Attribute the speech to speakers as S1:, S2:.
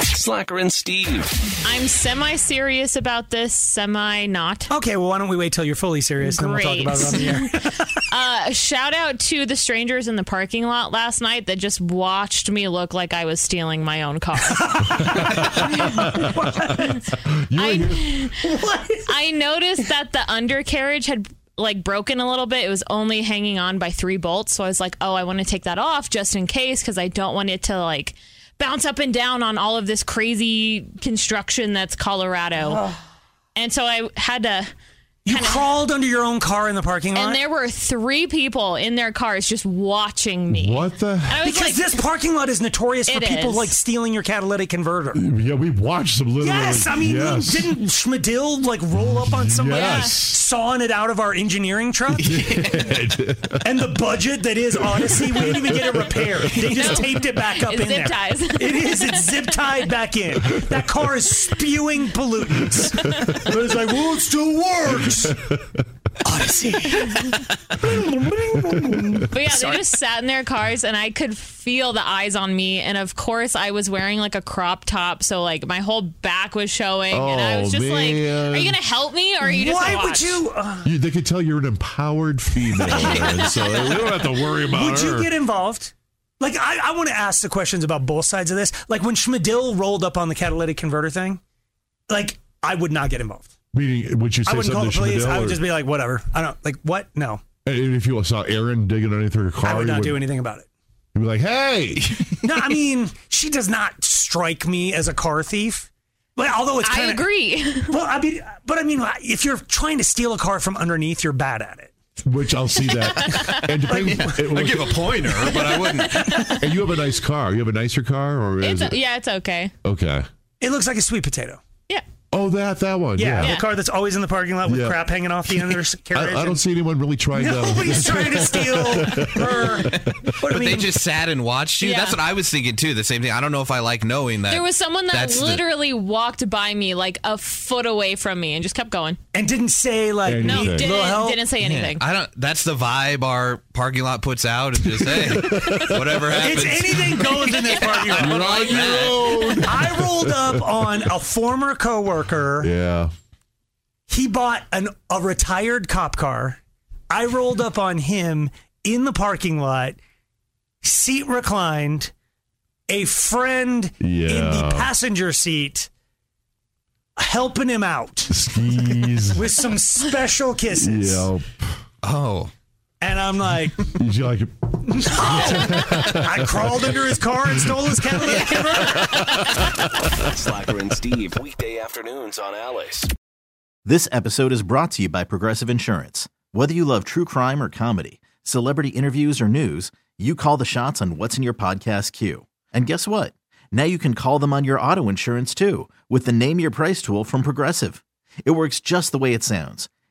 S1: Slacker and Steve.
S2: I'm semi serious about this, semi not.
S3: Okay, well, why don't we wait till you're fully serious and then we'll talk
S2: Great.
S3: about it on the air.
S2: Uh, shout out to the strangers in the parking lot last night that just watched me look like I was stealing my own car. I, I noticed that the undercarriage had like broken a little bit. It was only hanging on by three bolts. So I was like, oh, I want to take that off just in case because I don't want it to like bounce up and down on all of this crazy construction that's Colorado. And so I had to.
S3: You
S2: Kinda-
S3: crawled under your own car in the parking lot?
S2: And there were three people in their cars just watching me.
S4: What the?
S2: And I was
S3: because
S2: like,
S3: this parking lot is notorious for
S2: It
S3: people
S2: is.
S3: like stealing your catalytic converter.
S4: Yeah, we watched some literally.
S3: Yes, I mean,
S4: yes.
S3: didn't Schmidil like roll up on somebody
S4: Yes.
S3: sawing it out of our engineering truck? and the budget that is Odyssey, we didn't even get it repaired. They just taped it back up
S2: It's
S3: in
S2: zip
S3: there.
S2: ties.
S3: It is. It's zip tied back in. That car is spewing pollutants. But it's like, well, it still works. Odyssey.
S2: but yeah, they just sat in their cars and I could feel the eyes on me. And of course, I was wearing like a crop top. So like my whole back was showing. and I was
S4: Oh,
S2: just
S4: man.
S2: like, are you going to help me or are you just
S3: Why
S2: gonna
S3: would
S2: watch?"
S3: you? uh,
S4: You- they could tell you're an empowered female, man, so we don't have to worry about
S3: Would
S4: her.
S3: you get involved? Like, I, I want to ask the questions about both sides of this. Like, when Schmidil rolled up on the catalytic converter thing, like, I would not get involved.
S4: Meaning, would you say
S3: I wouldn't call
S4: something
S3: the police.
S4: to Schmidl
S3: I
S4: or-
S3: would just be like, whatever. I don't, like, what? No.
S4: And if you saw Aaron digging underneath her car,
S3: I would
S4: you
S3: not
S4: would-
S3: do anything about it.
S4: You'd be like, "Hey,
S3: No, I mean, she does not strike me as a car thief. But although it's
S2: I
S3: kind of.
S2: agree.
S3: Well, I mean, but I mean, if you're trying to steal a car from underneath, you're bad at it.
S4: which I'll see that." And depending,
S1: I give a pointer, but I wouldn't.
S4: and you have a nice car. You have a nicer car, or is
S2: It's,
S4: it
S2: yeah, it's okay.
S4: okay?
S3: It looks like a sweet potato.
S2: Yeah.
S4: Oh, that that one.
S3: Yeah,
S4: Yeah,
S3: the car that's always in the parking lot with
S4: Yeah.
S3: crap hanging off the end of their carriage.
S4: I, I don't
S3: and-
S4: see anyone really trying to.
S3: Nobody's trying to steal her. But, I
S1: But they
S3: mean,
S1: just sat and watched you.
S2: Yeah.
S1: That's what I was thinking too. The same thing. I don't know if I like knowing that.
S2: There was someone that
S1: Uh, that's the-
S2: literally walked by me like a foot away from me and just kept going.
S3: and didn't say like
S4: And
S2: No,
S4: Okay.
S3: Little
S2: didn't,
S3: help?
S2: didn't say anything.
S1: I don't. That's the vibe our parking lot puts out. And just hey, whatever happens.
S3: it's anything goes in this parking lot.
S1: You're on your own.
S3: I rolled up on a former coworker.
S4: yeah,
S3: He bought an a retired cop car. I rolled up on him in the parking lot, seat reclined, a friend in
S4: Yeah.
S3: the passenger seat, helping him out
S4: skis.
S3: with some special kisses.
S4: yeah,
S1: Oh,
S3: And I'm like,
S4: Did you like it?
S3: I crawled under his car and stole his catalytic converter.
S5: Slacker and Steve, weekday afternoons on Alice.
S6: This episode is brought to you by Progressive Insurance. Whether you love true crime or comedy, celebrity interviews or news, you call the shots on what's in your podcast queue. And guess what? Now you can call them on your auto insurance too with the Name Your Price tool from Progressive. It works just the way it sounds.